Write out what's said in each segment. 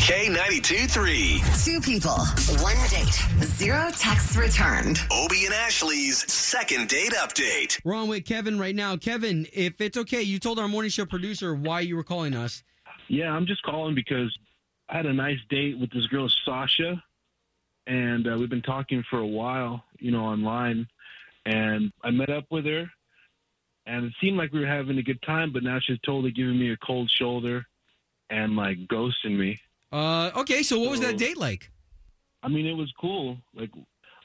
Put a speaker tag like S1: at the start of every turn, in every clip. S1: K92 3.
S2: Two people, one date, zero texts returned.
S1: Obie and Ashley's second date update.
S3: We're on with Kevin right now. Kevin, if it's okay, you told our morning show producer why you were calling us.
S4: Yeah, I'm just calling because I had a nice date with this girl Sasha, and uh, we've been talking for a while, you know, online. And I met up with her, and it seemed like we were having a good time, but now she's totally giving me a cold shoulder and like ghosting me.
S3: Uh, okay, so what was that date like?
S4: I mean, it was cool. Like,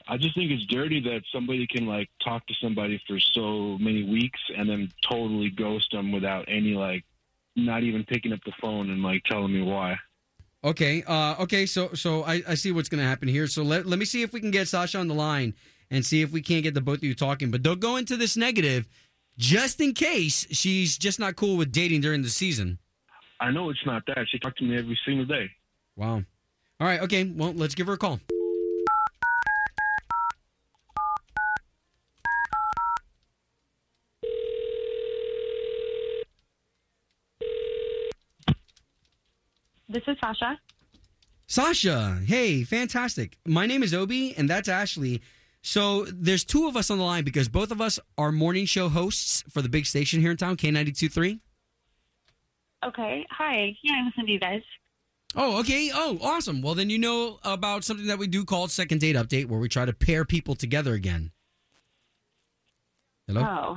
S4: I just think it's dirty that somebody can like talk to somebody for so many weeks and then totally ghost them without any like, not even picking up the phone and like telling me why.
S3: Okay, uh, okay, so so I, I see what's going to happen here. So let, let me see if we can get Sasha on the line and see if we can't get the both of you talking. But don't go into this negative just in case she's just not cool with dating during the season.
S4: I know it's not that. She talked to me every single day.
S3: Wow. All right, okay, well, let's give her a call.
S5: This is Sasha.
S3: Sasha, hey, fantastic. My name is Obi, and that's Ashley. So there's two of us on the line because both of us are morning show hosts for the big station here in town, K92.3.
S5: Okay. Hi. Yeah, I listen to you guys.
S3: Oh, okay. Oh, awesome. Well, then you know about something that we do called Second Date Update, where we try to pair people together again. Hello?
S5: Oh,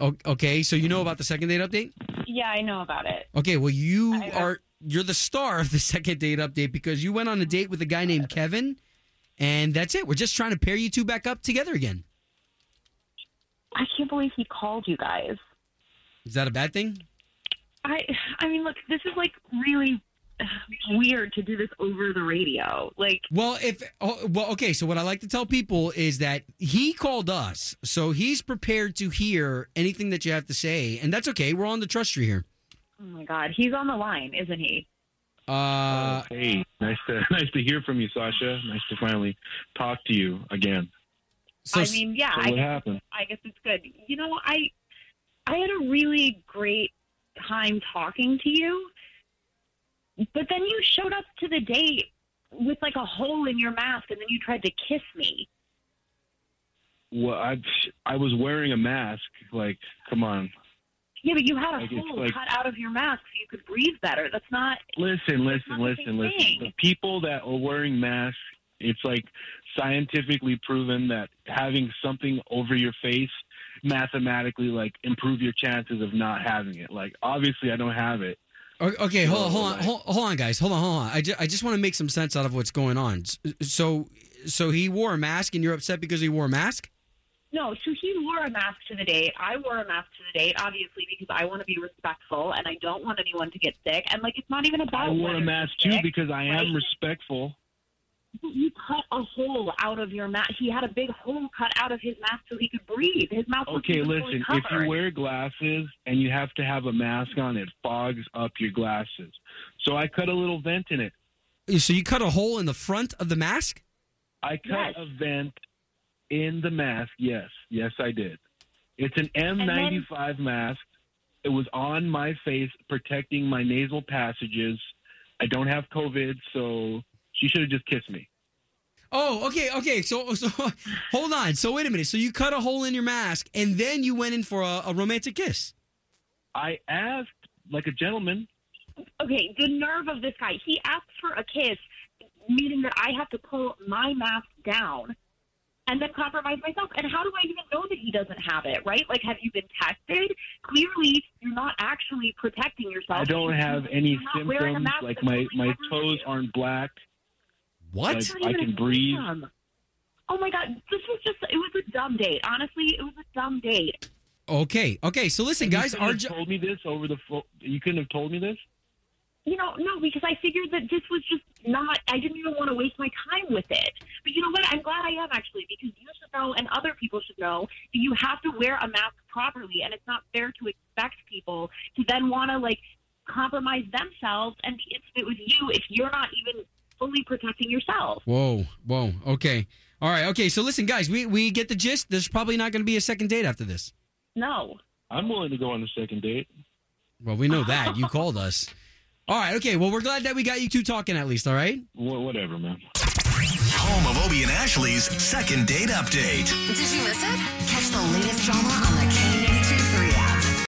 S3: O- Okay, so you know about the Second Date Update?
S5: yeah, I know about it.
S3: Okay, well, you
S5: I- I-
S3: are. You're the star of the second date update because you went on a date with a guy named Kevin, and that's it. We're just trying to pair you two back up together again.
S5: I can't believe he called you guys.
S3: Is that a bad thing?
S5: I I mean, look, this is like really uh, weird to do this over the radio. Like,
S3: Well, if oh, well, okay. So what I like to tell people is that he called us, so he's prepared to hear anything that you have to say, and that's okay. We're on the trust tree here.
S5: oh my god, he's on the line, isn't he?
S3: Uh,
S4: hey, nice to nice to hear from you, Sasha. Nice to finally talk to you again.
S3: so
S5: I mean, yeah,
S4: So
S5: I,
S4: what happened?
S5: I guess it's good. You know, I I had a really great time talking to you, but then you showed up to the date with like a hole in your mask, and then you tried to kiss me.
S4: Well, I I was wearing a mask. Like, come on.
S5: Yeah, but you had a
S4: Like, it's
S5: hole
S4: like-
S5: cut out of your mask so you could breathe better. That's not.
S4: Listen, listen,
S5: not the
S4: listen,
S5: same
S4: listen.
S5: thing.
S4: The people that are wearing masks, it's like scientifically proven that having something over your face mathematically like improve your chances of not having it. Like, obviously, I don't have it.
S3: o- okay, hold on,
S4: Oh,
S3: hold on,
S4: my.
S3: hold, hold on, guys, hold on, hold on. I, ju- I just want to make some sense out of what's going on. S- So, so he wore a mask, and you're upset because he wore a mask.
S5: No, so he wore a mask to the date. I wore a mask to the date, obviously, because I want to be respectful and I don't want anyone to get sick. And like, it's not even
S4: I
S5: about.
S4: wore a
S5: whether
S4: mask
S5: you're
S4: too
S5: sick.
S4: because I am
S5: right?
S4: respectful.
S5: You cut a hole out of your mask. He had a big hole cut out of his mask so he could breathe. His mouth. was
S4: Okay,
S5: even Oh, fully
S4: listen. If
S5: covered.
S4: you wear glasses and you have to have a mask on, it fogs up your glasses. So I cut a little vent in it.
S3: So you cut a hole in the front of the mask.
S4: I cut
S5: Yes.
S4: a vent in the mask. Yes, yes, I did. It's an
S5: then-
S4: M95 mask. It was on my face, protecting my nasal passages. I don't have COVID, so she should have just kissed me.
S3: Oh, okay, okay. So, so hold on. So wait a minute. So you cut a hole in your mask, and then you went in for a, a romantic kiss.
S4: I asked like a gentleman.
S5: okay, the nerve of this guy. He asked for a kiss, meaning that I have to pull my mask down and then compromise myself. And how do I even know that he doesn't have it, right? Like, have you been tested? Clearly, you're not actually protecting yourself.
S4: I don't have any
S5: Oh, You're not wearing a
S4: symptoms.
S5: mask
S4: Like
S5: that's
S4: my
S5: fully
S4: my
S5: covering
S4: toes
S5: you.
S4: aren't black.
S3: What?
S4: Like-
S5: It's not even
S4: I can
S5: a
S4: breathe.
S5: symptom. Oh my God, this was just, it was a dumb date. Honestly, it was a dumb date.
S3: okay, okay. So listen, guys.
S4: you couldn't
S3: Our
S4: have
S3: jo-
S4: told me this over the phone. You couldn't have told me this.
S5: you know, no, because I figured that this was just not, I didn't even want to waste my time with it. But you know what? I'm glad I am actually, because you should know and other people should know that you have to wear a mask properly. And it's not fair to expect people to then want to like compromise themselves and be intimate with you if you're not even fully protecting yourself.
S3: Whoa, whoa. Okay. All right. Okay. So listen, guys, we, we get the gist. There's probably not going to be a second date after this.
S5: No.
S4: I'm willing to go on a second date.
S3: Well, we know that. You called us. All right. Okay. Well, we're glad that we got you two talking at least. All right.
S4: Wha whatever, man.
S1: Home of Obie and Ashley's second date update.
S2: Did you miss it? Catch the latest drama on the K